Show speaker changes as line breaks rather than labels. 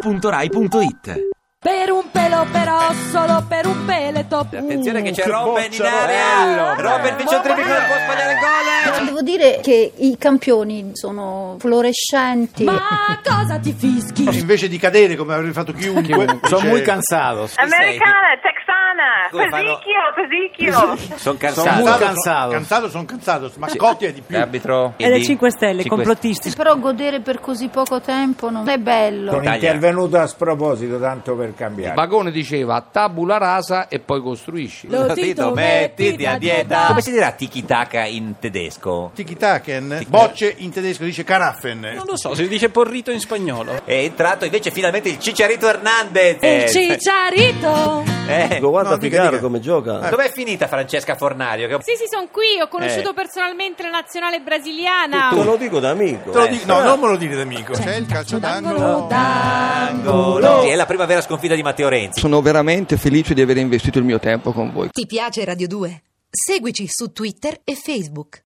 radio2pod.rai.it
Per un pelo però, solo per un peleto.
Attenzione che c'è
che
Robben in
boccia,
area.
bello,
Robben
bello.
vince un triplo, non può sbagliare il gol.
Devo dire che i campioni sono fluorescenti.
Ma cosa ti fischi?
Invece di cadere come avrebbe fatto chiunque,
Sono
cioè,
muy cansados.
Americana, texana,
Come fanno-
pesichio, pesichio.
Sono
sono
Muy
cansato.
cansato,
cansados.
sono- cansato, sono cansato, ma Scotti è di più.
L'arbitro
E le
di-
5 Stelle,
Cinque-
complottisti.
Però godere per così poco tempo non è bello.
Sono
Taglia.
intervenuto a sproposito, tanto per cambiare.
Vagone diceva tabula rasa e poi costruisci.
Lo
Tito,
Tito,
mettiti a dieta. Come si
Non
dirà tiki taka in tedesco?
Tiki Taken, bocce in tedesco dice caraffen.
Non lo so, si dice porrito in spagnolo.
È entrato invece finalmente il Cicerito Hernandez.
Il cicciarito.
Eh,
No,
Guarda
dica, Figaro dica. come
come gioca.
Dov'è finita Francesca Fornario? Che-
Sì, sì, sono qui, ho
conosciuto Eh.
personalmente la nazionale
Ah.
brasiliana.
Te lo dico da amico.
Te lo dico- no, non me lo dire d'amico.
Cioè,
C'è il calcio
Angolo
d'angolo.
d'angolo.
Sì, È la prima vera sconfitta di Matteo Renzi.
Sono veramente felice di aver investito il mio tempo con voi.
Ti piace Radio 2? Seguici su Twitter e Facebook.